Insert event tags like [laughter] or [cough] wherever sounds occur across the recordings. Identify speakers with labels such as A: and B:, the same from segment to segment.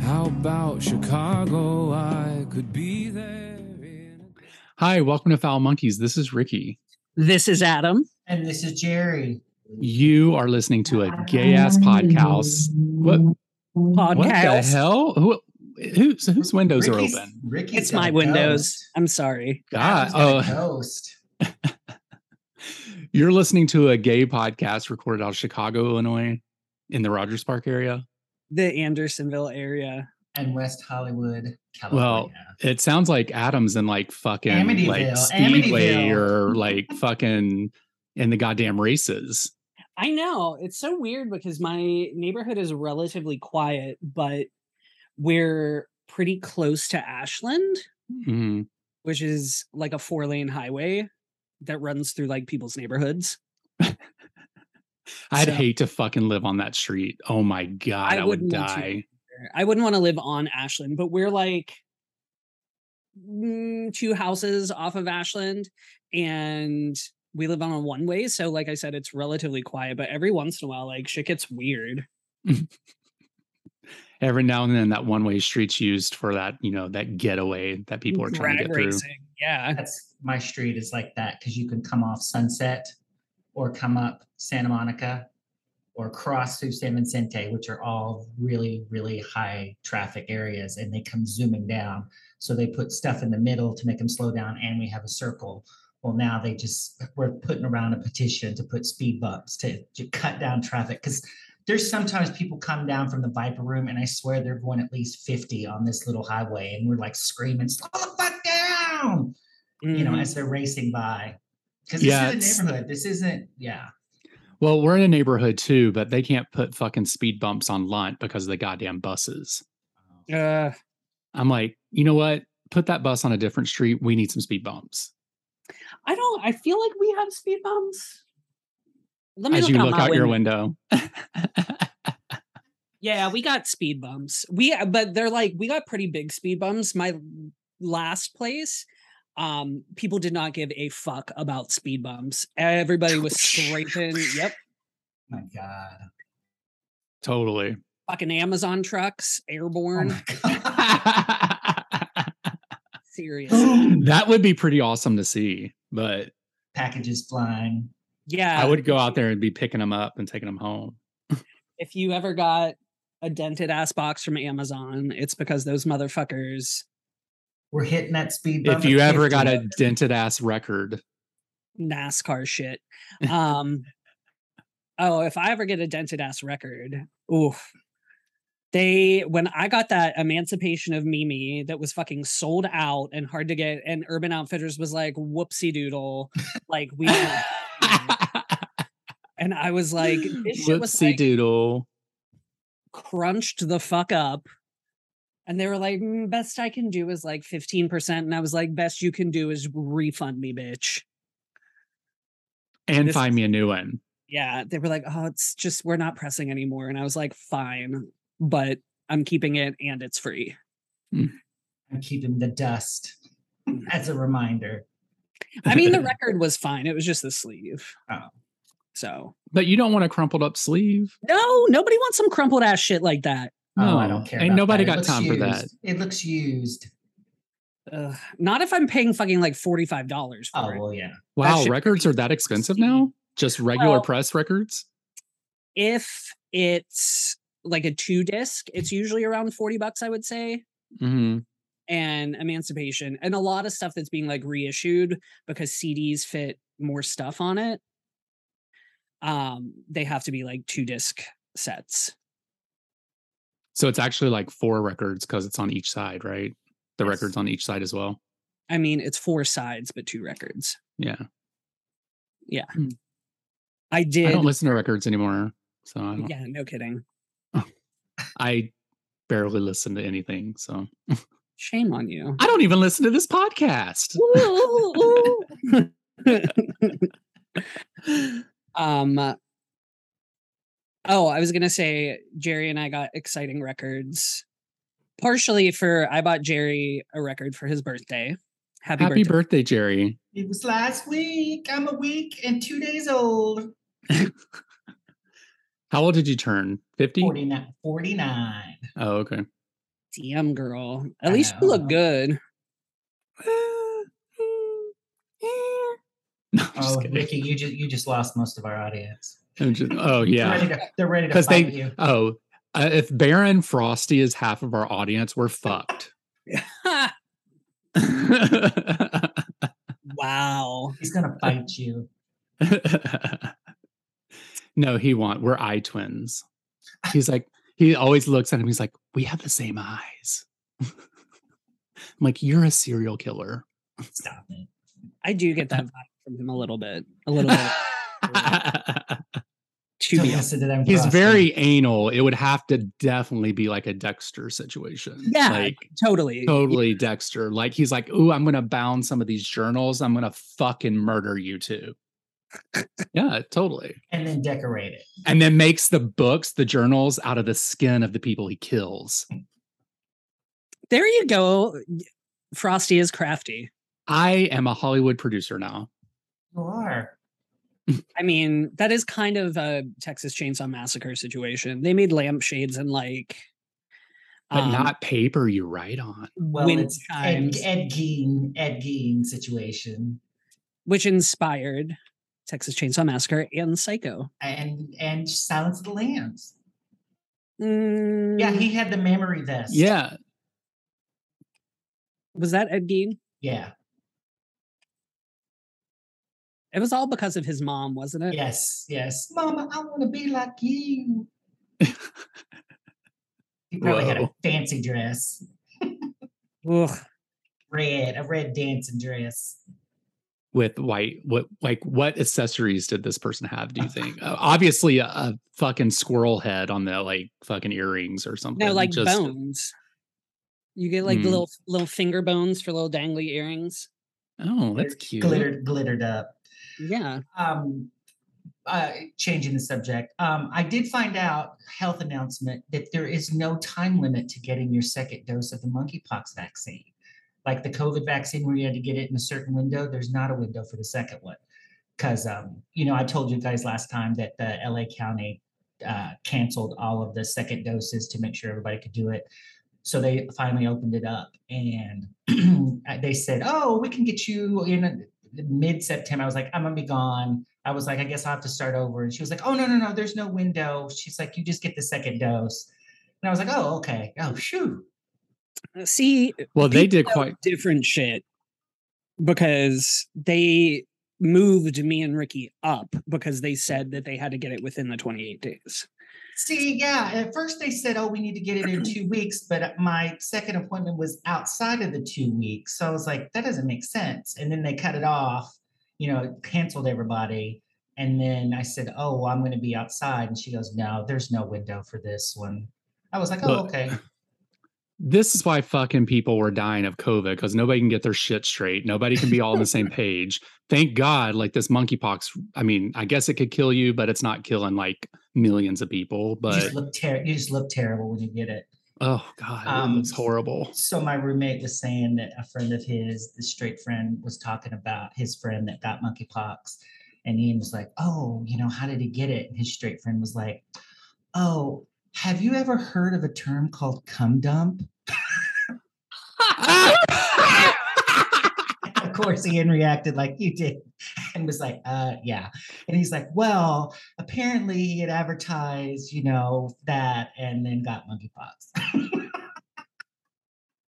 A: How about Chicago? I could be there. In
B: Hi, welcome to Foul Monkeys. This is Ricky.
C: This is Adam.
D: And this is Jerry.
B: You are listening to a gay ass podcast. What,
C: Podcast.
B: what the hell? Who, who, so whose windows
D: Ricky's-
B: are open?
D: Ricky's
C: It's my
D: got a
C: windows.
D: ghost.
C: I'm sorry.
B: God,
D: Adam's got a
B: oh,
D: ghost.
B: you're listening to a gay podcast recorded out of Chicago, Illinois, in the Rogers Park area.
C: The Andersonville area.
D: And West Hollywood,
B: Well,
D: California.
B: It sounds like Adam's in like fucking like
D: Amityville,
B: Speedway
D: Amityville.
B: or like fucking in the goddamn races.
C: I know. It's so weird because my neighborhood is relatively quiet, but we're pretty close to Ashland,
B: Mhm.
C: which is like a four lane highway that runs through like people's neighborhoods.
B: I'd
C: So-
B: hate to fucking live on that street. Oh my god, I,
C: I
B: would
C: wouldn't want to.
B: die.
C: I wouldn't want to live on Ashland, but we're like mm, two houses off of Ashland and we live on a one way. So, like I said, it's relatively quiet, but every once in a while, like shit gets weird.
B: Every now and then, that one-way street's used for that, you know, that getaway that people are trying to
C: Drag
B: get through.
C: racing. Yeah.
D: That's my street is like that because you can come off Sunset or come up Santa Monica or cross through San Vicente, which are all really, really high traffic areas, and they come zooming down. So they put stuff in the middle to make them slow down, and we have a circle. Well, now they just we're putting around a petition to put speed bumps to, to cut down traffic because there's sometimes people come down from the Viper Room, and I swear they're going at least 50 on this little highway, and we're like screaming, "Slow the fuck down!" you know,
C: Mhm.
B: Mm-hmm.
D: as they're racing by. Because
B: Yeah,
D: this
B: it's-
D: is a neighborhood. This isn't, yeah.
B: Well, we're in a neighborhood too, but they can't put fucking speed bumps on Lunt because of the goddamn buses.
C: Uh,
B: I'm like, you know what? Put that bus on a different street. We need some speed bumps.
C: I don't. I feel like we have speed bumps. Let me
B: As
C: look
B: you
C: out
B: look
C: my
B: out your
C: window.
B: window,
C: Yeah, we got speed bumps. We uh, but they're like we got pretty big speed bumps. My last place, um, people did not give a fuck about speed bumps. Everybody was scraping. Yep,
D: My God.
B: totally. [laughs]
C: fucking Amazon trucks, [laughs]
B: Mm.
D: Oh
C: airborne.
D: my [laughs] God.
B: that
D: [gasps]
C: Seriously.
B: [gasps] would be pretty awesome to see, but
D: Packages flying.
C: Yeah,
B: I would go out there and be picking them up and taking them home.
C: if you ever got a dented ass box from Amazon, it's because those motherfuckers.
D: We're hitting that speed bump.
B: If you
D: at
B: ever got
D: 50.
B: a dented ass record,
C: NASCAR shit. Um, oh, if I ever get a dented ass record, oof. They when I got that Emancipation of Mimi that was fucking sold out and hard to get, and Urban Outfitters was like, "Whoopsie doodle," like we, don't- and I was like,
B: [laughs]
C: "This shit was
B: whoopsie
C: like,
B: doodle.
C: crunched the fuck up." And they were like, "Mm, "Best I can do is like fifteen percent," and I was like, "Best you can do is refund me, bitch."
B: and
C: This
B: find
C: is-
B: me a new one.
C: yeah they were like oh it's just we're not pressing anymore and i was like fine but i'm keeping it and it's free
D: I'm keeping the dust as a reminder.
C: i mean
D: [laughs]
C: the record was fine it was just the sleeve
D: Oh.
C: so
B: But you don't want a crumpled up sleeve.
C: no nobody wants some crumpled ass shit like that
D: Oh,
B: No,
D: I don't care.
B: ain't
D: about
B: nobody
D: that. It
B: got
D: looks
B: time for
D: used.
B: that.
D: It looks used.
C: Ugh. not if i'm paying fucking like $45 for
D: Oh,
C: it
D: well, yeah.
B: Wow,
C: shit-
B: records are that expensive now? Just regular
C: Well-
B: press records?
C: if it's like a two disc it's usually around 40 bucks i would say
B: hmm
C: and emancipation and a lot of stuff that's being like reissued because CDs fit more stuff on it. Um, they have to be like two disc sets.
B: So it's actually like four records because it's on each side, right? The records on each side as well.
C: I mean, it's four sides but two records.
B: Yeah.
C: I did.
B: I don't listen to records anymore. So I, don't,
C: yeah, no kidding.
B: I barely listen to anything. So
C: Shame on you.
B: I don't even listen to this podcast.
C: [laughs] um oh i was gonna say jerry and i got exciting records partially for i bought jerry a record for his birthday happy,
B: Happy
C: birthday
B: birthday, Jerry.
D: It was last week. I'm a week and two days old.
B: How old did you turn? 50?
D: 49. 49.
B: Oh, okay. [laughs]
C: damn girl at
D: I
C: least you
D: know.
C: look good [laughs]
B: No, I'm just
D: Oh,
B: kidding.
D: Ricky, you just you just lost most of our audience.
B: I'm just- oh,
D: They're
B: yeah.
D: ready to, they're ready to
B: 'Cause they-
D: fight you.
B: Oh, uh, if Baron Frosty is half of our audience, we're fucked.
C: wow
D: He's gonna fight you.
B: no, he won't. We're eye twins. He's like, he always looks at him. He's like, we have the same eyes. I'm like, you're a serial killer.
D: Stop it.
C: i do get that vibe from him a little bit a little bit to
D: Don't
C: be honest.
D: listen to them.
B: He's
D: cross
B: very anal. It would have to definitely be like a Dexter situation.
C: Yeah.
B: Like,
C: totally
B: totally Dexter. Like, he's like, ooh, I'm going to bound some of these journals. I'm going to fucking murder you two. yeah, totally.
D: and then decorate it.
B: and then makes the books, the journals out of the skin of the people he kills.
C: there you go frosty is crafty
B: I am a Hollywood producer now.
D: You are.
C: I mean, that is kind of a Texas Chainsaw Massacre situation. They made lampshades and like,
B: But
C: um,
B: not paper you write on.
D: Well,
C: Wind
D: it's Ed,
C: chimes.
D: Ed Gein, Ed Gein situation,
C: which inspired Texas Chainsaw Massacre and Psycho.
D: and and Silence of the Lambs. Yeah,
C: Mm,
D: he had the memory vest.
B: Yeah.
C: was that Ed Gein?
D: yeah,
C: It was all because of his mom, wasn't it?
D: yes, yes. Mama, I want to be like you. He probably had a
B: Whoa.
D: fancy dress,
C: Ugh.
D: red, a red dancing dress.
B: With white, what like what accessories did this person
C: [laughs]
B: have? Do you think? Uh, obviously, a, a fucking squirrel head on the like fucking earrings or something.
C: No, like
B: just-
C: bones. You get like
B: Hmm.
C: the little little finger bones for little dangly earrings.
B: Oh, that's cute.
D: Glittered, glittered up.
C: Yeah.
D: um, uh, changing the subject, um, I did find out health announcement that there is no time limit to getting your second dose of the monkeypox vaccine. Like the COVID vaccine, where you had to get it in a certain window, there's not a window for the second one. Because, um, you know, I told you guys last time that the LA County uh, canceled all of the second doses to make sure everybody could do it. So they finally opened it up and [clears throat] they said, oh, we can get you in a- mid September. I was like, I'm gonna be gone. I was like, I guess I'll have to start over. And she was like, Oh no, no, no, there's no window. She's like, you just get the second dose. And I was like, Oh, okay. Oh, shoo.
C: See,
B: Well, they did
C: people know
B: quite.
C: different shit because they moved me and Ricky up because they said that they had to get it within the 28 days.
D: See, yeah. At first they said, Oh, we need to get it in two weeks, but my second appointment was outside of the two weeks. So I was like, that doesn't make sense. And then they cut it off, you know, canceled everybody. And then I said, Oh, well, I'm gonna be outside. And she goes, No, there's no window for this one. I was like, Oh,
B: Look,
D: okay.
B: This is why fucking people were dying of COVID because nobody can get their shit straight. Nobody can be all on the same page. Thank God, like this monkeypox. I mean, I guess it could kill you, but it's not killing like millions of people.
D: you
B: But
D: just look ter- you just look terrible when you get it.
B: oh god,
D: Um,
B: it's horrible.
D: So my roommate was saying that a friend of his, the straight friend, was talking about his friend that got monkeypox, and Ian was like, "Oh, you know, how did he get it?" And his straight friend was like, "Oh, have you ever heard of a term called cum dump?" of course, Ian reacted like you did and was like, uh, yeah. And he's like, well, apparently he had advertised, you know, that and then got monkeypox.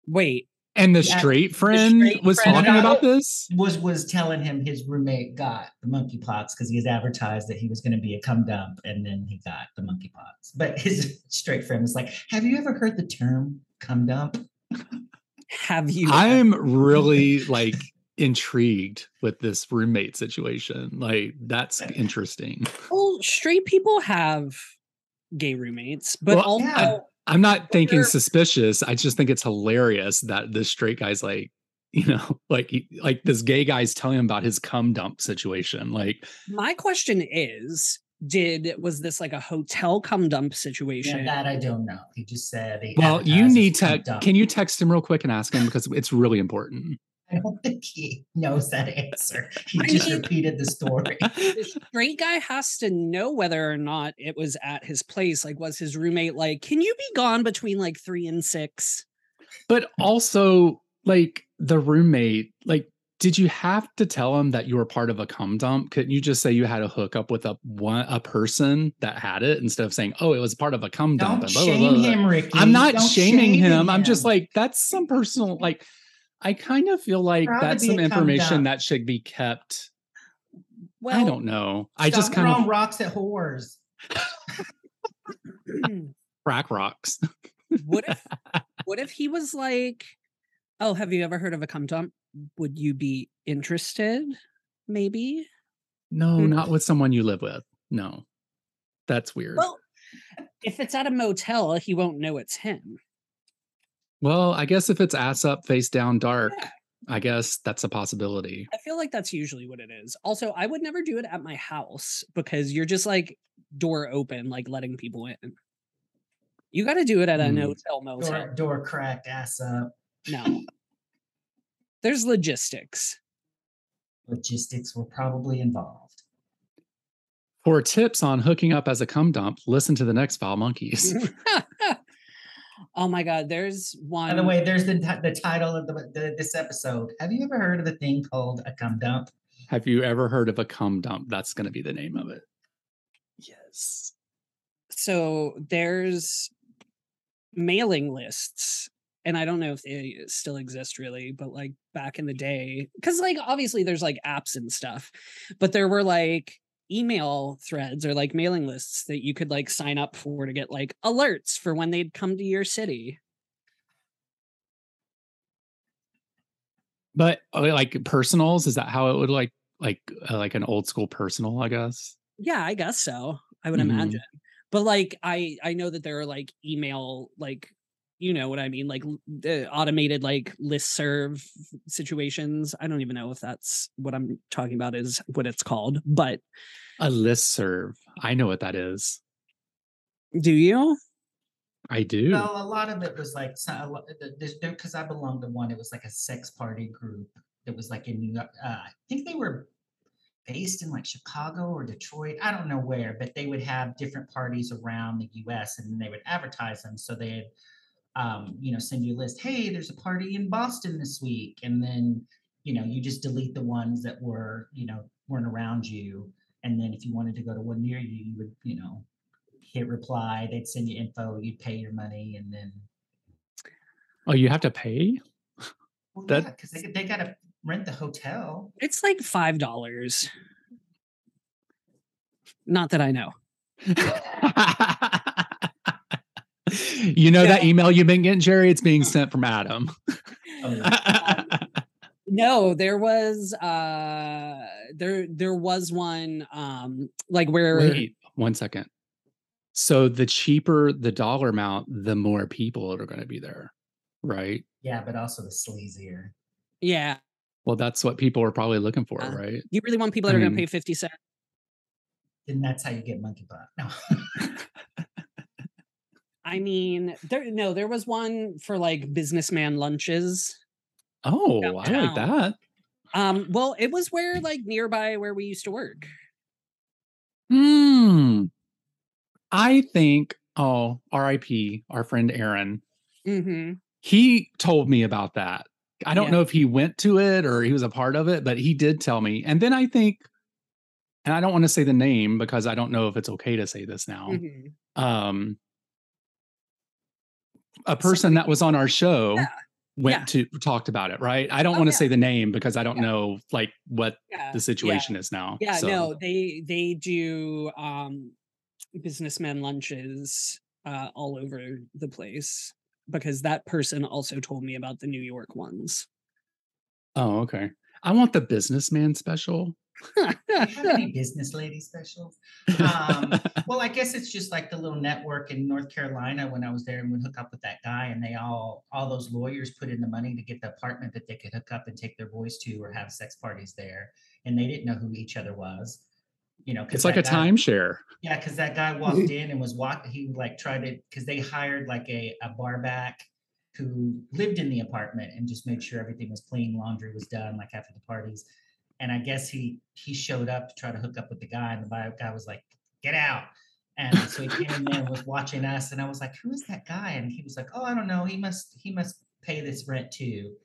C: Wait,
B: and the
D: Yeah,
B: straight friend
C: straight
B: was
C: friend
B: talking
D: got
B: about
D: it.
B: this.
D: was was telling him his roommate got the monkeypox because he had advertised that he was going to be a cum dump and then he got the monkeypox. But his [laughs] straight friend was like, have you ever heard the term cum dump?
C: have you?
B: I'm really like intrigued with this roommate situation. Like that's interesting.
C: well, straight people have gay roommates, but
B: Well,
C: also
D: yeah.
B: I'm not thinking
C: Sure.
B: suspicious. I just think it's hilarious that this straight guy's like, [laughs] you know, like he- like this gay guy's telling him about his cum dump situation. Like,
C: My question is, did was this like a hotel come dump situation?
D: Yeah, that I don't know. He just said. he
B: well, you
D: advertises
B: need
D: Trump
B: to.
D: dump.
B: Can you text him real quick and ask him because it's really important.
D: [laughs] I don't think he knows that answer. He
C: I
D: just
C: mean-
D: repeated
B: [laughs]
D: the story.
C: the straight guy has to know whether or not it was at his place. Like, was his roommate like, can you be gone between like three and six?
B: But also, like the roommate, like, did you have to tell him that you were part of a cum dump? Couldn't you just say you had a hookup with a one a person that had it instead of saying, oh, it was part of a cum dump?
D: Don't
B: and blah, blah,
D: shame
B: blah, blah.
D: him, Ricky.
B: I'm not
D: Don't
B: shaming
D: shame
B: him. I'm just like that's some personal like I kind of feel like
D: Proud to
B: that's
D: be
B: some
D: a cum
B: information
D: dump.
B: that should be kept.
C: Well,
B: I don't know. I just
D: Stop
B: kind
D: throwing
B: of
D: rocks at whores.
C: hmm.
B: crack rocks. [laughs]
C: what
D: [laughs]
C: if what if he was like, oh, have you ever heard of a cum dump? Would you be interested? Maybe.
B: No,
D: Hmm.
C: Mm.
B: not with someone you live with. No. That's weird. Well,
C: Well, if it's at a motel, he won't know it's him.
B: I guess if it's ass up, face down, dark,
C: Yeah.
B: I guess that's a possibility.
C: I feel like that's usually what it is. Also, I would never do it at my house because you're just like door open, like letting people in. You got to do it at an
B: Mm.
C: hotel motel.
D: Door, door cracked, ass up.
C: No. There's logistics. [laughs]
D: Logistics were probably involved.
B: For tips on hooking up as a cum dump, listen to the next File Monkeys.
D: Mm-hmm.
C: oh my God. There's one.
D: By the way, there's the, ti- the title of the, the, this episode. Have you ever heard of a thing called a cum dump?
B: [laughs] Have you ever heard of a cum dump? That's going to be the name of it. Yes.
C: so there's mailing lists. And I don't know if they still exist really, but like back in the day, because like obviously there's like apps and stuff, but there were like email threads or like mailing lists that you could like sign up for to get like alerts for when they'd come to your city.
B: But uh, like personals, is that how it would like like uh, like an old school personal? I guess.
C: yeah i guess so i would
B: Mhm.
C: imagine but like i i know that there are like email like you know what i mean like l- the automated like list serve situations i don't even know if that's what i'm talking about is what it's called but
B: A listserv. I know what that is.
C: do you
B: I do.
C: Oh.
D: Well, a lot of it was like because I belonged to one. It was like a sex party group that was like in New York. Uh, I think they were based in like Chicago or Detroit. I don't know where, but they would have different parties around the U.S. and they would advertise them. So they'd um, you know send you a list. Hey, there's a party in Boston this week, and then you know you just delete the ones that were you know weren't around you. And then if you wanted to go to one near you, you would you know hit reply, they'd send you info, you'd pay your money, and then
B: oh, you have to pay. [laughs]
D: well,
B: That-
D: because they, they got to rent the hotel.
C: it's like five dollars not that i know
B: you know that
C: Yeah. Oh.
B: email you've been getting, Jerry? It's being sent from Adam.
C: no there was uh there there was one um like where
B: [laughs] Wait one second. So the cheaper the dollar amount, the more people that are going to be there, right?
D: yeah, but also the sleazier.
C: yeah
B: Well, that's what people are probably looking for,
C: Uh,
B: right?
C: you really want people
B: I
C: that are
B: mean-
C: gonna pay 50 cents
D: Then that's how you get monkey butt. No, [laughs]
C: I mean, there no, there was one for like businessman lunches.
B: Oh, I like
C: downtown.
B: that.
C: Um, well, it was where
B: Mm.
C: like nearby where we used to work.
B: Hmm. I think, oh, RIP, our friend Aaron,
C: Mm-hmm.
B: he told me about that. I don't
C: Yeah.
B: know if he went to it or he was a part of it, but he did tell me. And then I think, and I don't want to say the name because I don't know if it's okay to say this now.
C: mm-hmm,
B: Um, a person that was on our show
C: Yeah.
B: went
C: Yeah.
B: to talked about it, right? I don't
C: Oh,
B: want to
C: yeah.
B: say the name because I don't
C: Yeah.
B: know like what
C: Yeah.
B: the situation is now.
C: Yeah,
B: so-
C: no, they they do um businessman lunches uh all over the place because that person also told me about the New York ones.
B: Oh, okay. I want the businessman special. [laughs]
D: Do you have [laughs] any business lady specials?
B: [laughs]
D: Um, well, I guess it's just like the little network in North Carolina when I was there and would hook up with that guy, and they all all those lawyers put in the money to get the apartment that they could hook up and take their boys to or have sex parties there, and they didn't know who each other was. You know, 'cause
B: it's like a
D: that guy-
B: timeshare.
D: Yeah, because that guy walked in and was walk. He like tried to because they hired like a a bar back who lived in the apartment and just made sure everything was clean, laundry was done, like after the parties. And I guess he he showed up to try to hook up with the guy, and the bi- guy was like, "Get out!" And so he came in there and was watching us, and I was like, "Who is that guy?" And he was like, "Oh, I don't know. He must he must pay this rent too."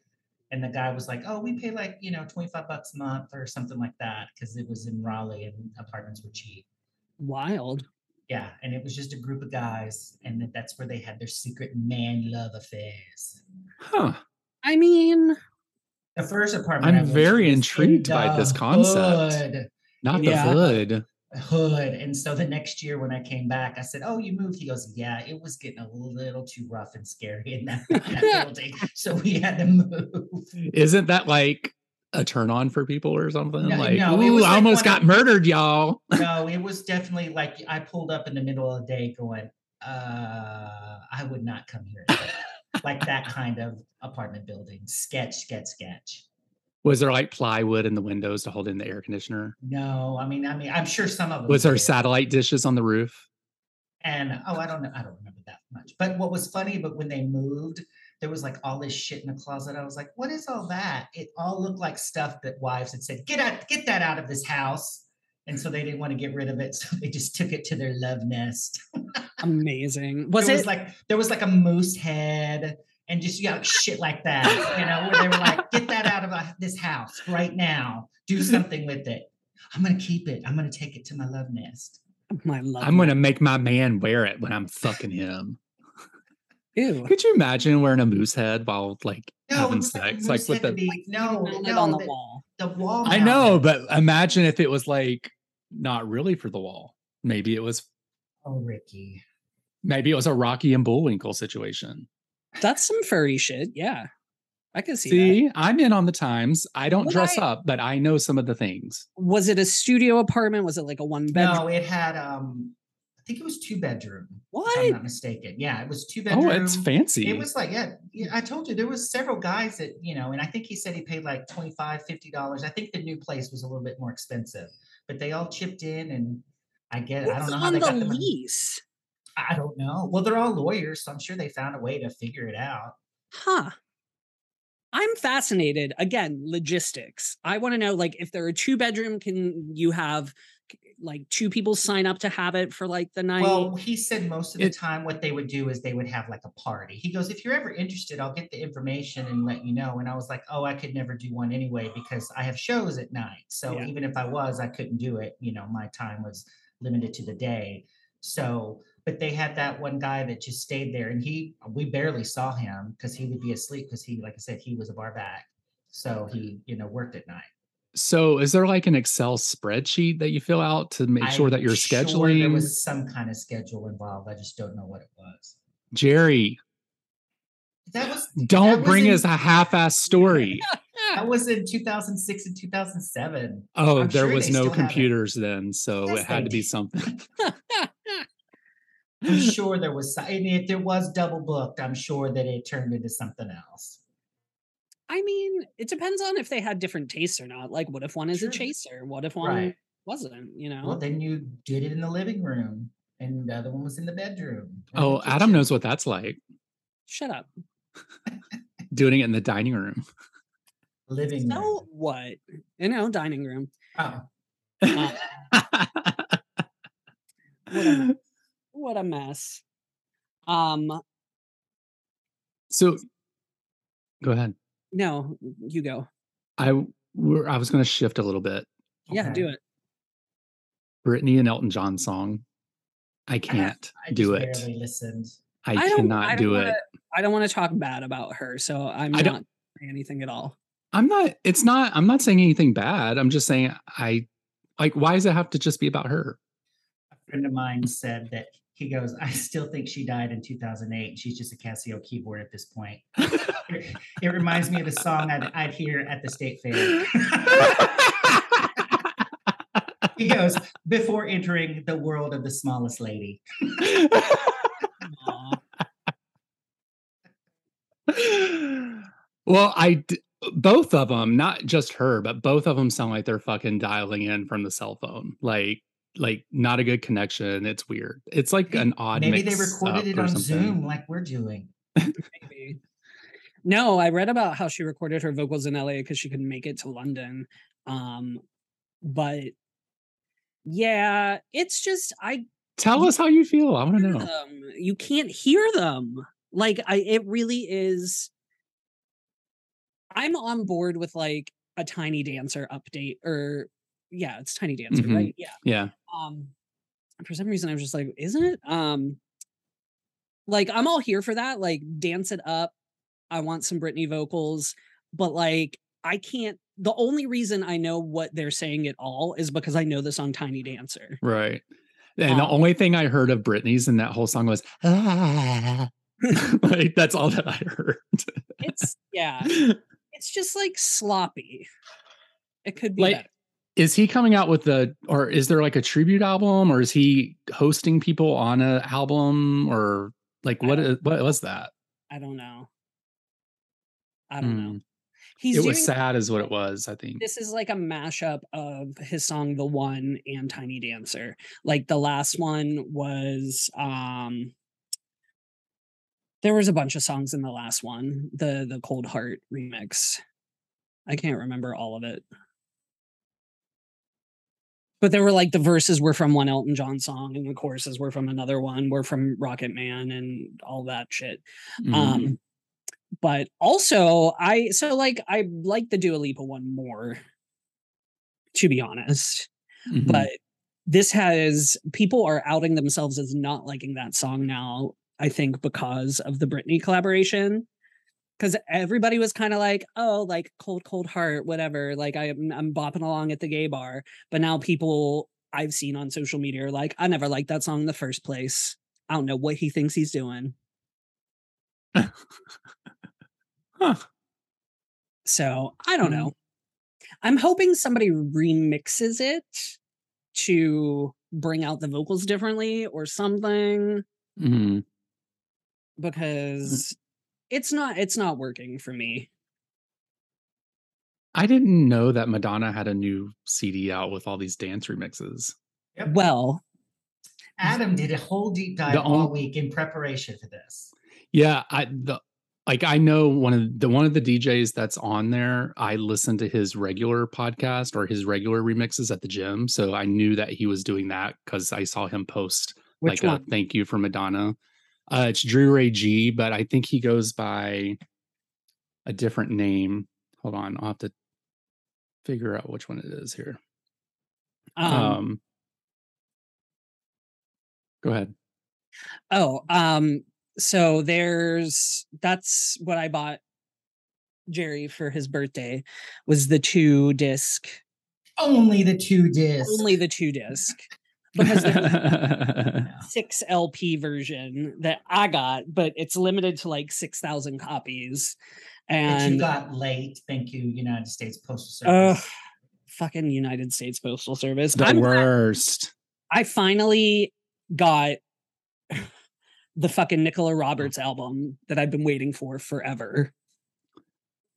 D: And the guy was like, "Oh, we pay like you know twenty five bucks a month or something like that because it was in Raleigh and apartments were cheap."
C: [laughs] Wild.
D: Yeah, and it was just a group of guys, and that- that's where they had their secret man love affairs.
B: Huh.
C: I mean,
D: The first apartment. I
B: I'm
D: went to
B: very
D: was in
B: intrigued by this
D: the
B: concept.
D: Hood,
B: Not
C: Yeah.
B: the hood.
D: hood, and so the next year when I came back, I said, "Oh, you moved?" He goes, "Yeah, it was getting a little too rough and scary in that, that
B: [laughs]
D: building, so we had to move."
B: Isn't that like a turn on for people or something?
D: No,
B: like,
D: no, it
B: ooh,
D: was
B: I
D: like
B: almost
D: one
B: got
D: of-
B: murdered, y'all.
D: no, it was definitely like I pulled up in the middle of the day going, uh, I would not come here. again." like that kind of apartment building. Sketch, sketch, sketch.
B: Was there like plywood in the windows to hold in the air conditioner?
D: No, I mean, I mean, I'm sure some of them
B: Was there
D: did.
B: satellite dishes on the roof?
D: And oh, I don't know, I don't remember that much. But what was funny, but when they moved, there was like all this shit in the closet. I was like, what is all that? It all looked like stuff that wives had said, get out, get that out of this house. And so they didn't want to get rid of it, [laughs] so they just took it to their love nest.
C: amazing. Was
D: there
C: it?
D: was like there was like a moose head and just you know, shit like that, you know, where they were like, get that out of uh, this house right now. Do something with it. I'm gonna keep it. I'm gonna take it to my love nest.
C: my love.
B: I'm
D: Um,
B: going to make my man wear it when
D: [laughs]
B: I'm fucking him.
C: Ew.
B: Could you imagine wearing a moose head while like having
D: it's a
B: sex? Like
D: moose
B: with
D: had to
B: the,
D: be- no,
C: Mounted
D: no,
C: on the
D: the,
C: wall.
D: the wall.
B: I know,
D: mounted.
B: but imagine if it was like not really for the wall. Maybe it was,
D: oh, Ricky,
B: maybe it was a Rocky and Bullwinkle situation.
C: That's some furry shit. Yeah, I can see. that.
B: See, I'm in on the times. I don't
C: Would
B: dress
C: I-
B: up, but I know some of the things.
C: Was it a studio apartment? Was it like a one bedroom?
D: no, it had um, I think it was two bedroom. If I'm
C: what?
D: not mistaken. Yeah, it was two bedroom.
B: Oh, it's fancy.
D: It was like, yeah, yeah, I told you there was several guys that, you know, and I think he said he paid like 25 $50. I think the new place was a little bit more expensive, but they all chipped in and I get, I
C: Who's
D: don't know how
C: on
D: they
C: the
D: got the money.
C: lease.
D: I don't know. Well, they're all lawyers, so I'm sure they found a way to figure it out.
C: Huh. I'm fascinated. Again, logistics. I want to know like if there are two bedroom, can you have like two people sign up to have it for like the night?
D: Well, he said most of the
B: It-
D: time what they would do is they would have like a party. He goes, if you're ever interested, I'll get the information and let you know. And I was like, oh, I could never do one anyway because I have shows at night. So
C: Yeah.
D: even if I was, I couldn't do it. You know, my time was limited to the day. So, but they had that one guy that just stayed there and he, we barely saw him because he would be asleep because he, like I said, he was a bar back. So he, you know, worked at night.
B: so, is there like an Excel spreadsheet that you fill out to make sure
D: I'm
B: that you're
D: sure There
B: scheduling?
D: was some kind of schedule involved. I just don't know what it was.
B: Jerry,
D: That was
B: don't bring us
D: wasn't-
B: a half-ass
D: [laughs]
B: story.
D: That was in 2006 and 2007.
B: Oh,
D: I'm
B: there
D: sure
B: was
D: they
B: no
D: still have it.
B: computers then, so
D: Yes,
B: it had
D: they
B: to be
D: did. [laughs]
B: something. [laughs]
D: I'm sure there was, so- and if there was double booked, I'm sure that it turned into something else.
C: I mean, it depends on if they had different tastes or not. Like, what if one is
D: Sure.
C: a chaser? What if one
D: Right.
C: wasn't? You know,
D: Well, then you did it in the living room, and the other one was in the bedroom. or the
B: Oh, Adam
D: kitchen.
B: knows what that's like.
C: shut up.
B: Doing it in the dining room.
D: [laughs]
B: [laughs]
D: Living room.
C: So what? You know, dining room.
D: Oh,
C: Uh, Whatever. what a mess. Um,
B: so, go ahead.
C: no, you go.
B: I w- we're, I was going to shift a little bit.
C: Yeah, do
D: Okay.
C: it.
B: Britney and Elton John song. I can't
D: I
B: do
D: just
B: it.
D: Barely listened.
B: I,
C: I don't-
B: cannot
C: I don't
B: do
C: wanna-
B: it.
C: I don't want to talk bad about her, so I'm
B: I
C: not
B: don't-
C: saying anything at all.
B: I'm not. It's not. I'm not saying anything bad. I'm just saying I like. Why does it have to just be about her? [laughs]
D: A friend of mine said that He goes, I still think she died in 2008. She's just a Casio keyboard at
B: [laughs]
D: this point. [laughs] it it reminds me of the song I'd, I'd hear at the state fair.
B: [laughs]
D: he goes, before entering the world of the smallest lady.
B: [laughs]
C: Aw.
B: well, I d- both of them, not just her, but both of them sound like they're fucking dialing in from the cell phone. Like, like not a good connection. It's weird. It's like an odd.
D: Maybe they
B: mix up
D: recorded it
B: or
D: on
B: something.
D: Zoom like we're doing.
C: Maybe. No, I read about how she recorded her vocals in LA because she couldn't make it to London. Um, but yeah, it's just I
B: Tell us how you feel. I
D: [laughs]
B: want to
C: hear
B: know.
C: them. um, You can't hear them. Like I it really is I'm on board with like a tiny dancer update or yeah, it's tiny dancer,
B: Mhm.
C: right? Yeah.
B: Yeah.
C: Um for some reason I was just like, isn't it? Um like I'm all here for that. Like dance it up. I want some Britney vocals, but like I can't the only reason I know what they're saying at all is because I know the song Tiny
B: [laughs]
C: Dancer.
B: Right. And the
C: Um,
B: only thing I heard of Britney's in that whole song
C: [laughs]
B: was, ah.
C: Hmm.
B: [laughs] like, that's all that I heard.
C: It's yeah. it's just like sloppy. It could be
B: like
C: better.
B: [laughs] is he coming out with the or is there like a tribute album or is he hosting people on a album or like
C: I
B: what
C: don't-
B: is, what was that
C: I don't know. I don't know.
B: Hmm.
C: He's
B: it was
C: doing-
B: sad is what it was i think
C: This is like a mashup of his song "The One" and "Tiny Dancer." Like the last one was, um there was a bunch of songs in the last one, the the Cold Heart remix. I can't remember all of it, but there were like the verses were from one Elton John song, and the choruses were from another one, were from Rocket Man, and all that shit.
B: Mhm.
C: Um, but also I so like I like the Dua Lipa one more, to be honest.
B: Mhm.
C: But this has people are outing themselves as not liking that song now, I think, because of the Britney collaboration. Cause everybody was kind of like, oh, like cold, cold heart, whatever. Like I'm I'm bopping along at the gay bar. But now people I've seen on social media are like, I never liked that song in the first place. I don't know what he thinks he's doing.
B: Huh.
C: So I don't
B: Mhm.
C: know. I'm hoping somebody remixes it to bring out the vocals differently or something
B: Mhm.
C: because it's not it's not working for me.
B: i didn't know that madonna had a new cd out with all these dance remixes
D: Yep.
C: Well,
D: Adam did a whole deep dive
B: The
D: all
B: on-
D: week in preparation for this.
B: yeah i the like i know one of the one of the djs that's on there i listened to his regular podcast or his regular remixes at the gym so i knew that he was doing that because i saw him post
C: which
B: like
C: one?
B: a thank you for Madonna. Uh, it's Drew Ray G, but I think he goes by a different name. Hold on, I'll have to figure out which one it is here. Um,
C: Um,
B: go ahead.
C: oh, um so there's that's what I bought Jerry for his birthday was the two disc,
D: Only the two discs.
C: only the two disc because there was
B: [laughs]
C: six LP version that I got, but it's limited to like six thousand copies.
D: that you
C: And
D: got late. Thank you, United States Postal
C: ugh,
D: Service.
C: fucking United States Postal Service.
B: the
C: I'm glad
B: worst.
C: I finally got the fucking Nicola Roberts album that I've been waiting for forever.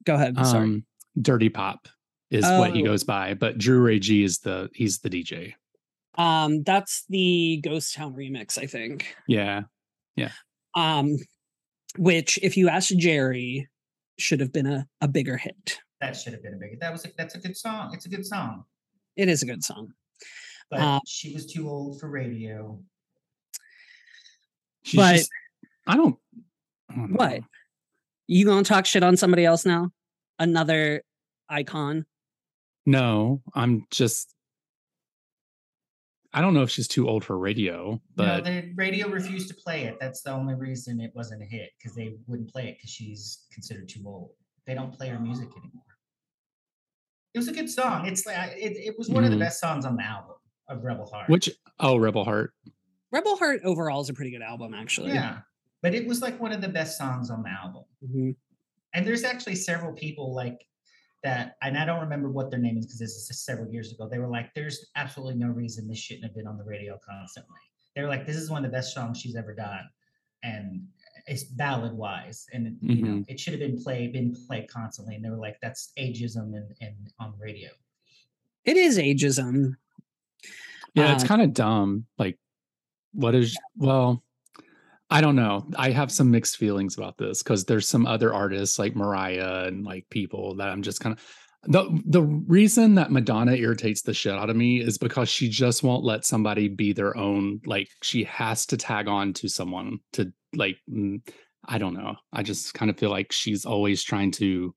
C: Go ahead. sorry.
B: Um, Dirty Pop is what he
C: Oh.
B: goes by, but Drew Ray G is the he's the DJ.
C: Um, that's the Ghost Town remix, I think.
B: Yeah,
C: Um, which, if you ask Jerry, should have been a, a bigger hit.
D: That should have been a big. That was a, that's a good song. It's a good song,
C: It is a good song.
D: but
C: Uh,
D: she was too old for radio.
B: she's
C: But-
B: just- I don't. I don't
C: What?
B: know.
C: You gonna talk shit on somebody else now? Another icon.
B: No, I'm just. I don't know if she's too old for radio, but
D: no, the radio refused to play it. That's the only reason it wasn't a hit because they wouldn't play it because she's considered too old. They don't play her music anymore. It was a good song. It's like I- it, it was one of the
B: Mhm.
D: best songs on the album of Rebel Heart.
B: which oh, Rebel Heart.
C: Rebel Heart overall is a pretty good album, actually.
D: Yeah. But it was like one of the best songs on the album.
C: Mhm.
D: And there's actually several people like that, and I don't remember what their name is because this is several years ago. They were like, there's absolutely no reason this shouldn't have been on the radio constantly. They were like, this is one of the best songs she's ever done. And it's ballad wise. And you know,
B: Mm-hmm.
D: it should have been played, been played constantly. And they were like, that's ageism and, and on radio.
C: It is ageism.
B: Yeah, it's
C: Uh,
B: kind of dumb. Like, what is, well, I don't know. I have some mixed feelings about this because there's some other artists like Mariah and like people that I'm just kind of. The the reason that Madonna irritates the shit out of me is because she just won't let somebody be their own. Like she has to tag on to someone to like mm, I don't know. I just kind of feel like she's always trying to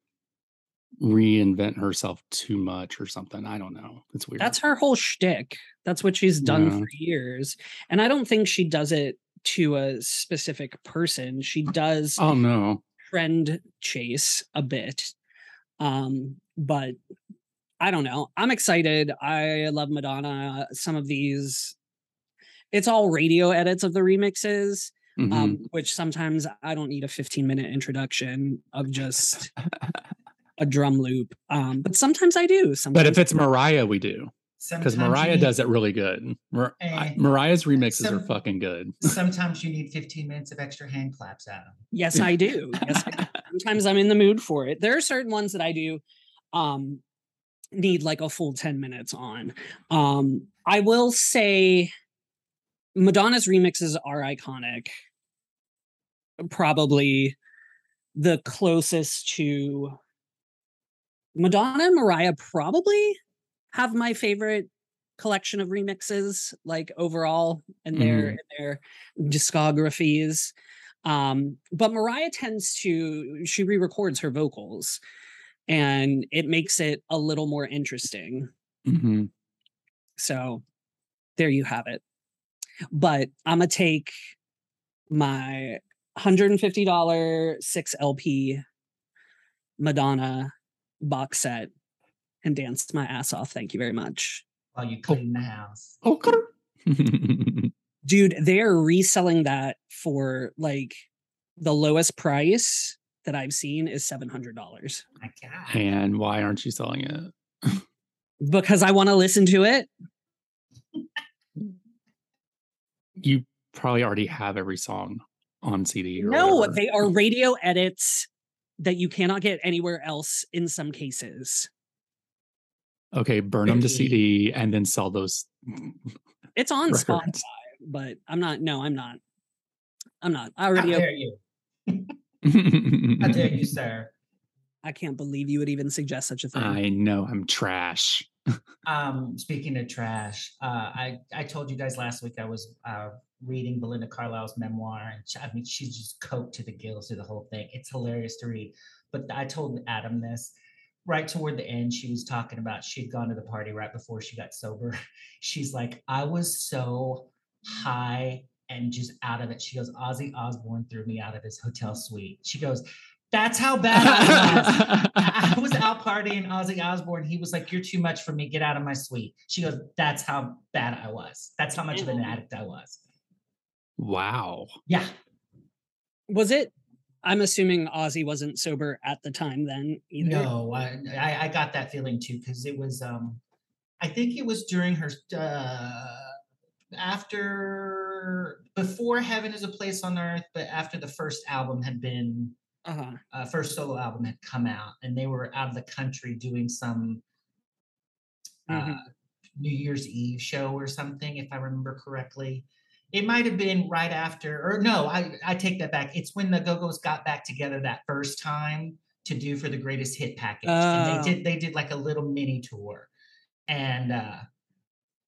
B: reinvent herself too much or something. I don't know. It's weird.
C: That's her whole shtick. That's what she's done
B: Yeah.
C: for years. And I don't think she does it to a specific person. She does
B: Oh no.
C: trend chase a bit. Um, but I don't know. I'm excited. I love Madonna. Some of these, it's all radio edits of the remixes,
B: Mhm.
C: um, which sometimes I don't need a 15 minute introduction of just
B: [laughs]
C: a drum loop. Um, but sometimes I do. Sometimes
B: But if it's Mariah, we do because
D: Sometimes you
B: Mariah
D: need-
B: does it really good. Mar- I-
D: Eh.
B: Mariah's remixes are
D: Some-
B: fucking good.
D: Sometimes you need 15 minutes of extra hand claps, Adam.
C: Yes, I do. Yes, I do. sometimes I'm in the mood for it. There are certain ones that I do um need like a full 10 minutes on. Um I will say Madonna's remixes are iconic. Probably the closest to Madonna and Mariah probably have my favorite collection of remixes like overall and their in their discographies um but mariah tends to she re-records her vocals and it makes it a little more interesting
B: Mhm.
C: so there you have it but i'm gonna take my $150 6 lp madonna box set and dance my ass off thank you very much
D: While you
B: Oh.
D: clean the house.
C: dude they're reselling that for like the lowest price that i've seen is $700
D: My God.
B: and why aren't you selling it?
C: because I want to listen to it.
B: You probably already have every song on CD. Or
C: No,
B: whatever.
C: they are radio edits that you cannot get anywhere else in some cases.
B: okay. Burn them to
D: Really?
B: CD and then sell
D: [laughs]
B: those.
C: It's on Spotify,
B: Records.
C: but I'm not. No, I'm not. I'm not. I
D: How
C: already.
D: dare you? How dare you, sir?
C: I can't believe you would even suggest such a thing.
B: I know I'm
D: [laughs]
B: trash.
D: Um, speaking of trash, uh, I I told you guys last week I was uh, reading Belinda Carlisle's memoir, and she, I mean she's just coked to the gills through the whole thing. It's hilarious to read. But I told Adam this right toward the end. She was talking about she'd gone to the party right before she got sober. [laughs] She's like, I was so high and just out of it. She goes, Ozzy Osbourne threw me out of his hotel suite. She goes, That's how bad I
B: [laughs]
D: was. [laughs] I I was out partying Ozzy Osbourne. He was like, You're too much for me. Get out of my suite. She goes, That's how bad I was. That's how much of an addict I was.
B: wow.
D: Yeah.
C: Was it? I'm assuming Ozzy wasn't sober at the time then either.
D: No, I, I, I got that feeling too because it was, um, I think it was during her, uh, after, before Heaven is a Place on Earth, but after the first album had been
C: Uh-huh.
D: uh, first solo album had come out, and they were out of the country doing some
C: Mhm.
D: uh, New Year's Eve show or something, if I remember correctly. It might have been right after, or no, I, I take that back. It's when the Go Go's got back together that first time to do for the greatest hit package, and
C: Oh.
D: they did they did like a little mini tour, and uh,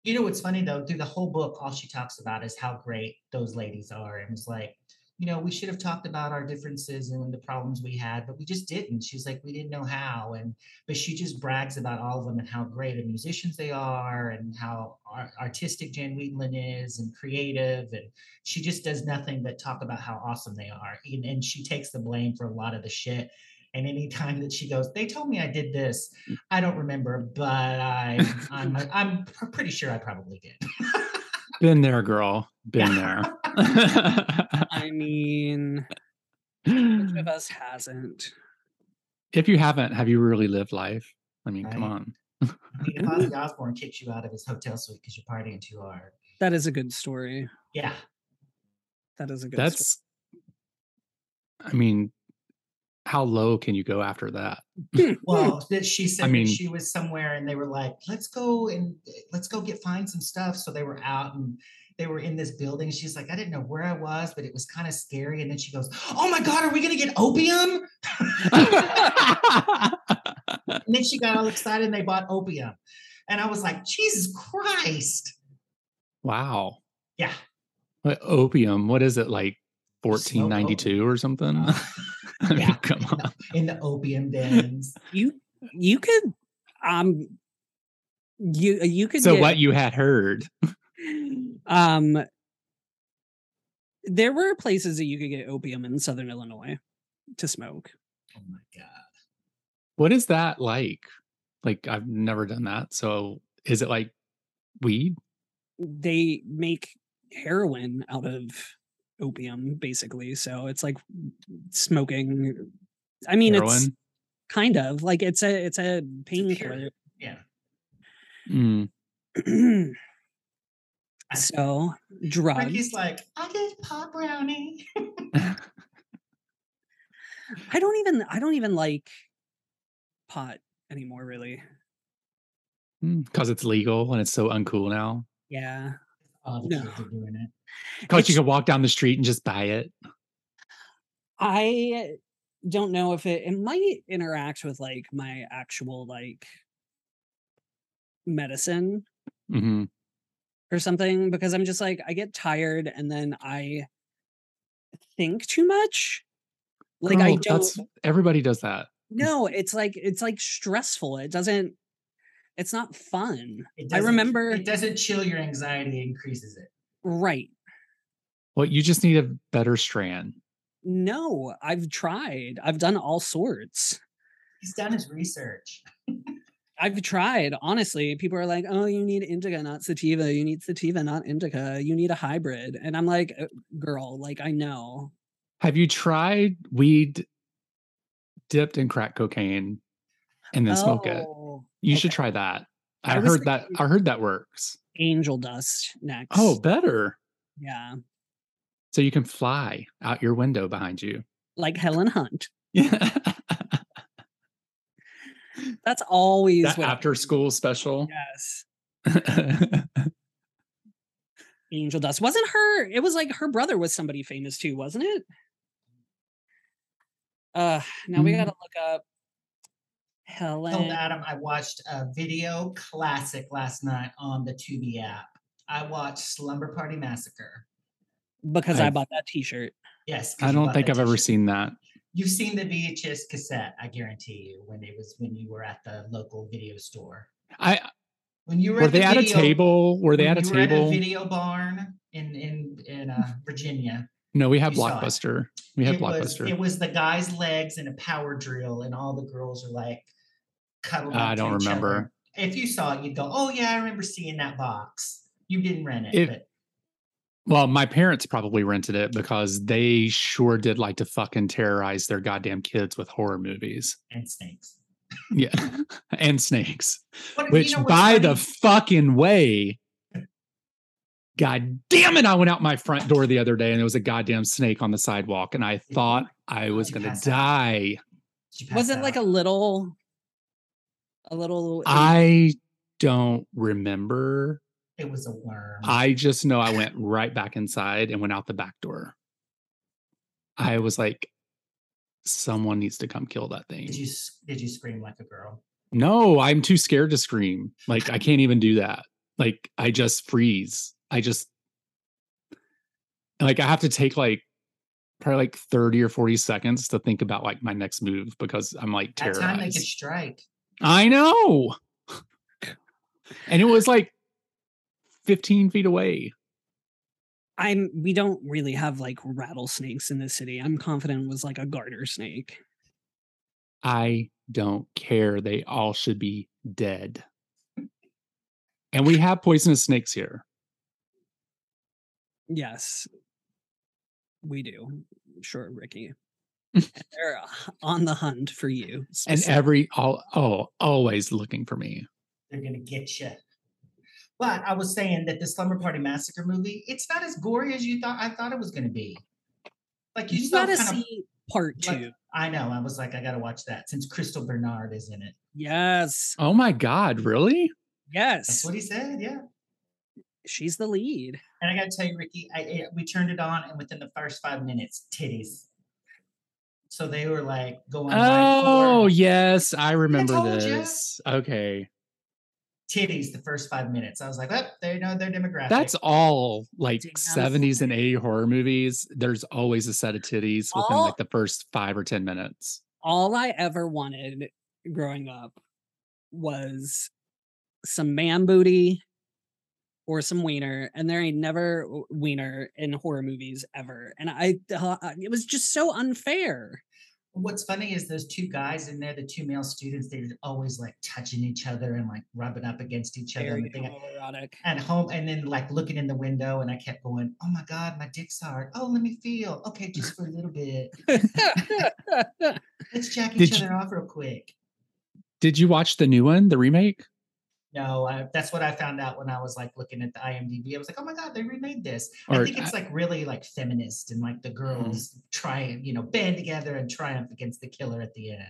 D: you know what's funny though? Through the whole book, all she talks about is how great those ladies are, and it's like you know, we should have talked about our differences and the problems we had, but we just didn't. She's like, we didn't know how. And, but she just brags about all of them and how great of musicians they are and how ar- artistic Jan Wheatland is and creative. And she just does nothing but talk about how awesome they are. And, and she takes the blame for a lot of the shit. And anytime that she goes, they told me I did this. I don't remember, but I, I'm, I'm pr- pretty sure I probably did.
B: Been there, girl. Been
D: [laughs]
B: there. [laughs]
C: I mean, which of us hasn't?
B: if you haven't, have you really lived life? I mean, come
D: Right.
B: on.
D: I mean, if Ozzy Osbourne kicks you out of his hotel suite because you're partying too hard.
C: That is a good story.
D: Yeah.
C: That is a good. story.
B: That's, I mean, how low can you go
C: [laughs]
B: after that?
D: Well, that she said
B: I
D: that
B: mean-
D: she was somewhere and they were like, let's go and let's go get find some stuff. So they were out and they were in this building. She's like, I didn't know where I was, but it was kind of scary. And then she goes, Oh my God, are we gonna get opium? And then she got all excited and they bought opium. And I was like, Jesus Christ.
B: wow.
D: Yeah.
B: What, opium, what is it like?
D: Smoke opium.
B: 1492 or something? [laughs] I mean,
D: Yeah.
B: Come on.
D: In the opium dens.
C: you. You could, um, you you [laughs] could.
B: So,
C: get-
B: what you had heard.
C: [gasps] Um, there were places that you could get opium in Southern Illinois to smoke.
D: Oh my God.
B: What is that like? Like, I've never done that. So, is it like weed?
C: They make heroin out of opium, basically. So it's like smoking. I mean, it's
B: Heroin?
C: kind of like it's a it's a painkiller.
D: Yeah.
B: Mm.
C: [clears throat] so drugs.
D: Ricky's like, I did pop brownie.
C: I don't even I don't even like pot anymore. Really.
B: Because Mm. it's legal and it's so uncool now.
C: Yeah.
D: All Oh, the
C: No.
D: kids are doing it.
B: Because you
C: It's-
B: can walk down the street and just buy it.
C: I don't know if it it might interact with like my actual like medicine
B: hmm
C: or something because I'm just like I get tired and then I think too much. Like I
B: Girl,
C: don't
B: Oh, everybody does that.
C: no, it's like it's like stressful. It doesn't it's not fun.
D: It
C: I
D: doesn't-
C: remember-
D: it doesn't chill your anxiety, it increases it.
C: Right.
B: Well, you just need a better strand.
C: No, I've tried. I've done all sorts.
D: He's done his research.
C: I've tried, honestly. People are like, oh, you need indica, not sativa. You need sativa, not indica. You need a hybrid. And I'm like, "Uh, girl, like, I know.
B: Have you tried weed dipped in crack cocaine and then smoke it?
C: Oh,
B: You should
C: okay.
B: try that. I,
C: I was
B: heard that. I heard that works.
C: Angel dust next.
B: Oh, better.
C: yeah.
B: So you can fly out your window behind you. [laughs]
C: Like Helen Hunt.
B: that
C: That's always what I
B: after
C: do.
B: school special. [laughs]
C: Yes. Angel dust. Wasn't her, it was like her brother was somebody famous too, wasn't it? Uh, now we got to look up
D: told
C: Helen.
D: Adam I watched a video classic last night on the Tubi app. I watched Slumber Party Massacre.
C: Because I
B: I've-
C: bought that t shirt.
D: Yes, 'cause
B: I
D: you
B: don't
D: bought
B: think
D: that
B: I've ever
D: t-shirt.
B: seen that.
D: You've seen the VHS cassette, I guarantee you, when it was when you were at the local video store.
B: I
D: When you were,
B: were
D: at the
B: they at a
D: video-
B: table? Were they
D: when
B: at a
D: you were at
B: table?
D: video barn in in in uh, Virginia.
B: No, we have
D: You saw it.
B: Blockbuster. We have
D: it was
B: Blockbuster.
D: it was the guy's legs in a power drill, and all the girls are like cuddled.
B: I
D: up to
B: don't
D: each other.
B: remember.
D: If you saw it, you'd go, "Oh yeah, I remember seeing that box." You didn't rent it,
B: It-
D: but
B: Well, my parents probably rented it because they sure did like to fucking terrorize their goddamn kids with horror movies.
D: and snakes.
B: Yeah. [laughs] and snakes.
D: What- you
B: Which
D: know what's
B: by the
D: funny?
B: fucking way. God damn it. I went out my front door the other day and there was a goddamn snake on the sidewalk. And I
D: you?
B: thought I was
D: you
B: gonna
D: pass out?
B: die.
D: She
C: was
D: passed
C: it like a
D: out.
C: little a little
B: I don't remember.
D: It was a worm.
B: I just know I went right back inside and went out the back door. I was like, someone needs to come kill that thing.
D: did you s- did you scream like a girl?
B: No, I'm too scared to scream. Like I can't even do that. Like I just freeze. I just like I have to take like probably like 30 or 40 seconds to think about like my next move because I'm like
D: That
B: terrorized.
D: time they could strike.
B: I
D: [laughs]
B: know. and it was like 15 feet away.
C: i'm we don't really have like rattlesnakes in the city i'm confident it was like a garter snake
B: I don't care. They all
C: [laughs]
B: should be dead. And we have poisonous snakes here.
C: Yes, we do. Sure, Ricky. And They're uh, on the hunt for you.
B: and
C: specific-
B: every all oh always looking for me.
D: they're gonna get you. But I was saying that the Slumber Party Massacre movie, it's not as gory as you thought. I thought it was gonna be. Like you,
C: you
D: still
C: gotta
D: kind of-
C: see part
D: like-
C: two.
D: I know. I was like, I gotta watch that since Crystal Bernard is in it.
C: Yes,
B: Oh my god, really?
D: That's
C: yes,
D: what he said. Yeah.
C: she's the lead.
D: And I gotta tell you, Ricky, I, I we turned it on, and within the first five minutes, titties. So they were like going. like,
B: Oh
D: for
B: yes, I remember
D: told ya.
B: this. Okay.
D: titties the first five minutes. I was like, oh, they know their demographic.
B: That's all like
C: Damn.
B: 70s and 80 horror movies. There's always a set of titties within
C: All-
B: like the first five or
C: [laughs]
B: 10 minutes.
C: All I ever wanted growing up was some man booty or some wiener, and there ain't never w- wiener in horror movies ever. And I, uh, it was just so unfair.
D: What's funny is those two guys in there, the two male students, they were always like touching each other and like rubbing up against each other. And,
C: Very
D: the thing.
C: homoerotic.
D: and home, and then like looking in the window, and I kept going, "Oh my God, my dick's hard. Oh, let me feel. Okay, just for a little bit. Let's jack each
B: Did you-
D: other off real quick."
B: Did you watch the new one, the remake?
D: No, I, that's what I found out when I was like looking at the IMDb. I was like, "Oh my God, they remade this."
B: Or-
D: I
B: Mm-hmm.
D: think it's like really like feminist and like the girls try and you know band together and triumph against the killer at the end.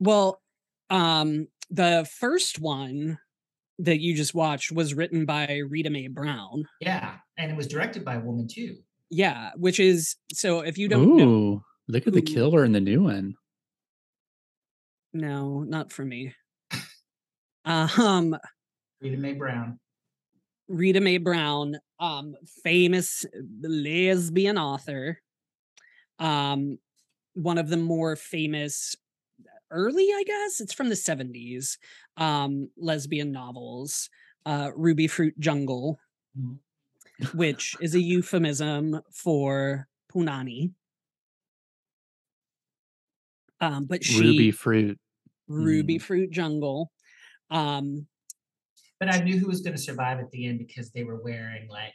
C: Well, um, the first one that you just watched was written by Rita Mae Brown.
D: Yeah, and it was directed by a woman too.
C: Yeah, which is so if you don't
B: Ooh,
C: know,
B: look at the
C: who-
B: killer in the new one.
C: no, not for me. Um,
D: Rita Mae Brown.
C: Rita Mae Brown, um, famous uh, lesbian author, um, one of the more famous early, I guess, it's from the 70s, um, lesbian novels, uh, Ruby Fruit Jungle,
D: Mhm.
C: which is a euphemism for punani. Um, but she,
B: Ruby
C: Ruby,
B: Fruit.
C: Fruit Jungle, um,
D: But I knew who was going to survive at the end because they were wearing like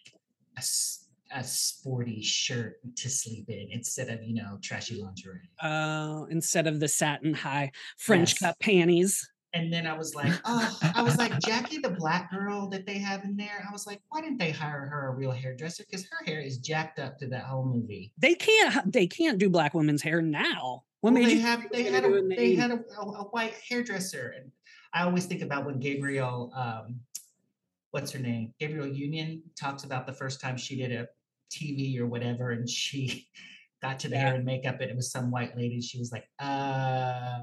D: a, s- a sporty shirt to sleep in instead of, you know, trashy lingerie.
C: uh, instead of the satin high French
D: Yes.
C: cut panties.
D: And then I was like, oh, I was like, Jackie, the black girl that they have in there. I was like, why didn't they hire her a real hairdresser? Because her hair is jacked up to that whole movie.
C: They can't. ha- They can't do black women's hair now. What
D: Well,
C: made
D: they
C: you?
D: had
C: they
D: they
C: were
D: had
C: gonna do
D: a,
C: it in the
D: they had a, a, a white hairdresser, and I always think about when Gabriel, um, what's her name, Gabriel Union talks about the first time she did a TV or whatever, and she [laughs] got to the hair and makeup, and it was some white lady. She was like, uh,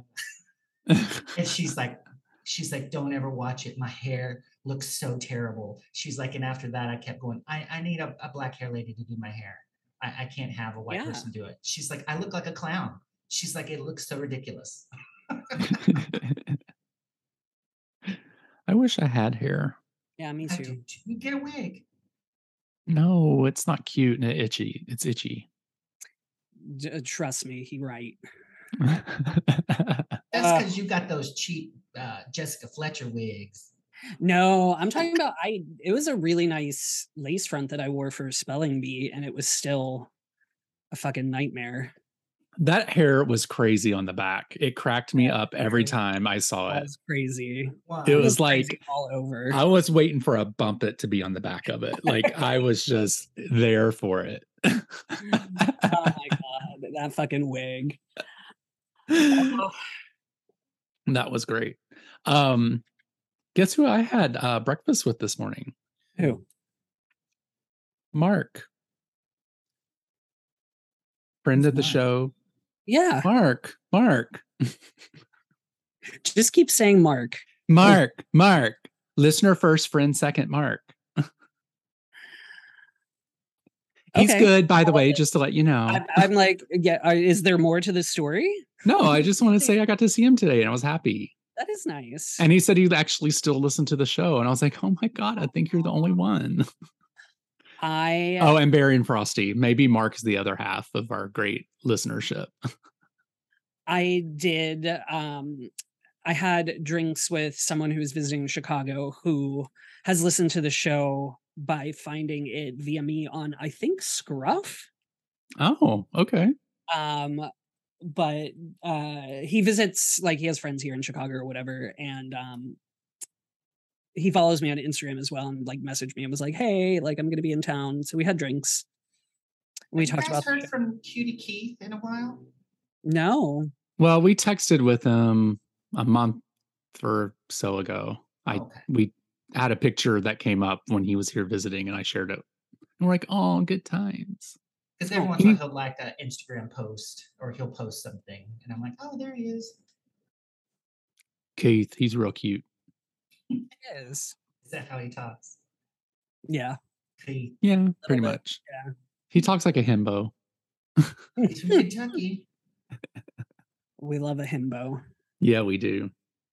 C: [laughs]
D: and she's like, she's like, don't ever watch it. My hair looks so terrible. She's like, and after that, I kept going. I I need a, a black hair lady to do my hair. I, I can't have a white
C: Yeah.
D: person do it. She's like, I look like a clown. She's like, it looks so ridiculous.
B: [laughs] I wish I had hair.
C: yeah, me
D: I
C: too.
D: do too. Get a wig.
B: No, it's not cute and itchy. It's itchy. [laughs]
C: D- uh, trust me, he right. Uh,
D: That's because you got those cheap uh, Jessica Fletcher wigs.
C: No, I'm talking about. I. It was a really nice lace front that I wore for spelling bee, and it was still a fucking nightmare.
B: that hair was crazy on the back. It cracked me
C: Yeah,
B: up every
C: hair
B: time I saw
C: That
B: it.
C: was crazy.
D: Wow.
B: It
C: It
B: was
C: crazy
B: like
C: all over.
B: I was waiting for a bump it to be on the back of it. Like I was just there for it. [laughs]
C: oh my god, that fucking wig.
B: that was great. Um guess who I had uh breakfast with this morning?
C: Who?
B: Mark. Friend of the
D: Mark?
B: show.
C: Yeah,
B: Mark. Mark.
C: just keep saying Mark.
B: Mark. Mark. Listener first, friend second, Mark. He's
C: Okay.
B: good, by the
C: I'll
B: way, just to let you know.
C: I'm, I'm like, yeah. uh, Is there more to the story?
B: No, I just want to say I got to see him today and I was happy.
C: That is nice.
B: And he said he actually still listened to the show. And I was like, oh my God, I think you're the only one.
C: I
B: Oh, and Barry and Frosty. Maybe Mark is the other half of our great listenership.
C: I did. Um, I had drinks with someone who was visiting Chicago who has listened to the show by finding it via me on I think Scruff.
B: Oh, okay.
C: Um, but uh, he visits like he has friends here in Chicago or whatever, and um, he follows me on Instagram as well and like messaged me and was like, "Hey, like I'm gonna be in town," so we had drinks. We
D: Have you
C: talked
D: guys
C: about
D: heard from Cutie Keith in a while.
C: no,
B: Well, we texted with him a month or so ago. I
D: Oh, okay.
B: we had a picture that came up when he was here visiting, and I shared it. And we're like, "Oh, good times."
D: Because every once in a while he'll like an Instagram post or he'll post something, and I'm like, oh, there he is.
B: Keith, he's real cute.
C: it is
D: Is that how he talks?
C: yeah.
D: Keith,
B: Yeah, pretty
C: bit,
B: much. Yeah, he talks like a himbo.
C: [laughs]
D: he's from Kentucky.
C: We love a himbo.
B: Yeah, we do.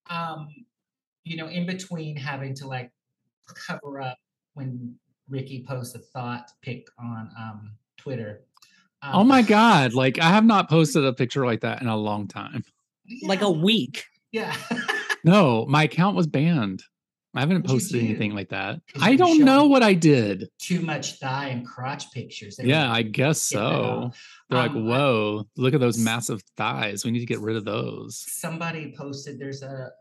D: Um, you know, in between having to like cover up when Ricky posts a thought pic on um Twitter. Um,
B: Oh my god! Like I have not posted a picture like that in a long
D: [laughs]
B: time.
C: Like a
D: [laughs] yeah,
C: week.
D: yeah. [laughs]
B: No, my account was banned. I haven't
D: What'd you
B: posted anything
D: do?
B: like that.
D: Did
B: I
D: you
B: don't
D: show
B: know
D: them?
B: what I did.
D: too much thigh and crotch pictures. They were
B: Yeah, I
D: like,
B: guess
D: [laughs] "Get
B: so.
D: that off."
B: They're like,
D: Um, I-
B: whoa, look at those
D: s-
B: massive thighs. We need to get rid of those.
D: Somebody posted there's a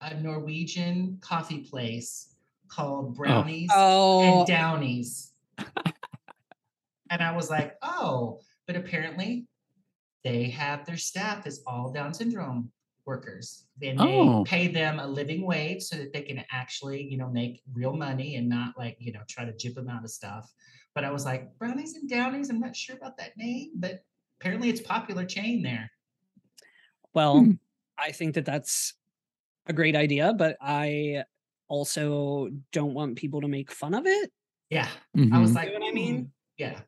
D: a Norwegian coffee place called Brownies
C: Oh,
D: and Downies. and I was like, oh, but apparently they have their staff is all Down syndrome workers. Then they
B: Oh.
D: pay them a living wage so that they can actually, you know, make real money and not like, you know, try to jip them out of stuff. But I was like, brownies and downies, I'm not sure about that name, but apparently it's a popular chain there.
C: Well,
D: Mm.
B: Hmm.
C: I think that that's a great idea, but I also don't want people to make fun of it.
D: Yeah. I was
B: Mhm.
D: like,
C: know what I
D: "Hmm,
C: mean?
D: Yeah.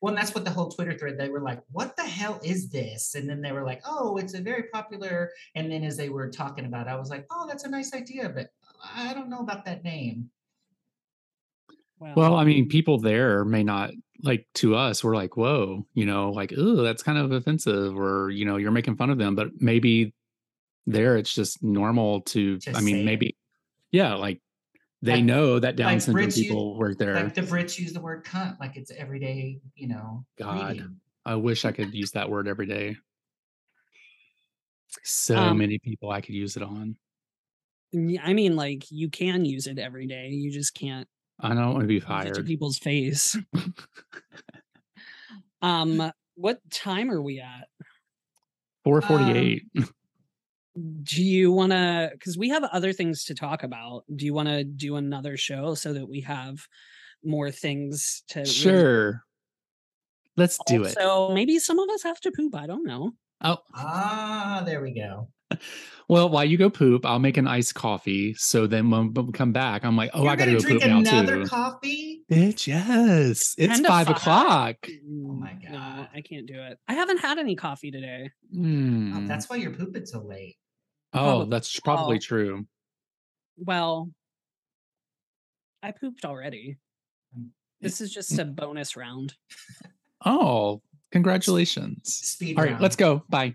D: Well, and that's what the whole Twitter thread, they were like, what the hell is this? And then they were like, oh, it's a very popular. And then as they were talking about it, I was like, oh, that's a nice idea, but I don't know about that name.
B: well,
D: Um,
B: I mean, people there may not like to us, we're like, whoa, you know, like, oh, that's kind of offensive, or you know, you're making fun of them. But maybe there it's just normal to,
D: To
B: I
D: say it.
B: mean, maybe, yeah, like they
D: Like-
B: know that Down
D: like
B: syndrome
D: Brits use-
B: people work there.
D: Like the Brits use the word cunt, like it's everyday, you know.
B: God.
D: greeting.
B: I wish I could use that word every day. So
C: Um,
B: many people I could use it on.
C: Y- I mean, like you can use it every day. You just can't
B: I don't want to be
C: use it to
B: fired.
C: people's
D: [laughs]
C: face. um, what time are we at?
D: um,
B: 448.
C: Do you want to? Because we have other things to talk about. Do you want to do another show so that we have more things to really-
B: sure. Let's do it.
C: So maybe some of us have to poop. I don't know.
B: Oh,
D: Ah, there we go.
B: well, while you go poop, I'll make an iced coffee. So then when we come back, I'm like, oh,
D: You're
B: I got to
D: gonna
B: go
D: drink
B: poop now
D: another
B: too.
D: coffee.
B: Bitch, yes. It's
C: Ten to
B: five,
C: five.
B: o'clock.
D: Oh my
C: Mm,
D: God.
C: No, I can't do it. I haven't had any coffee today.
D: Oh,
B: Mm.
D: that's why you're pooping so late.
B: oh, that's probably
C: oh.
B: true.
C: Well, I pooped already.
D: Mm.
C: This is just a bonus round.
B: Oh, congratulations.
D: Speed.
B: All right,
D: round.
B: let's go. Bye.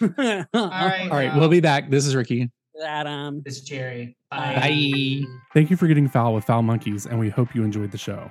C: All
D: [laughs] All right.
B: All right, we'll be back. This is Ricky.
C: That um.
D: This is Jerry.
B: Bye.
E: Thank you for getting foul with Foul Monkeys, and we hope you enjoyed the show.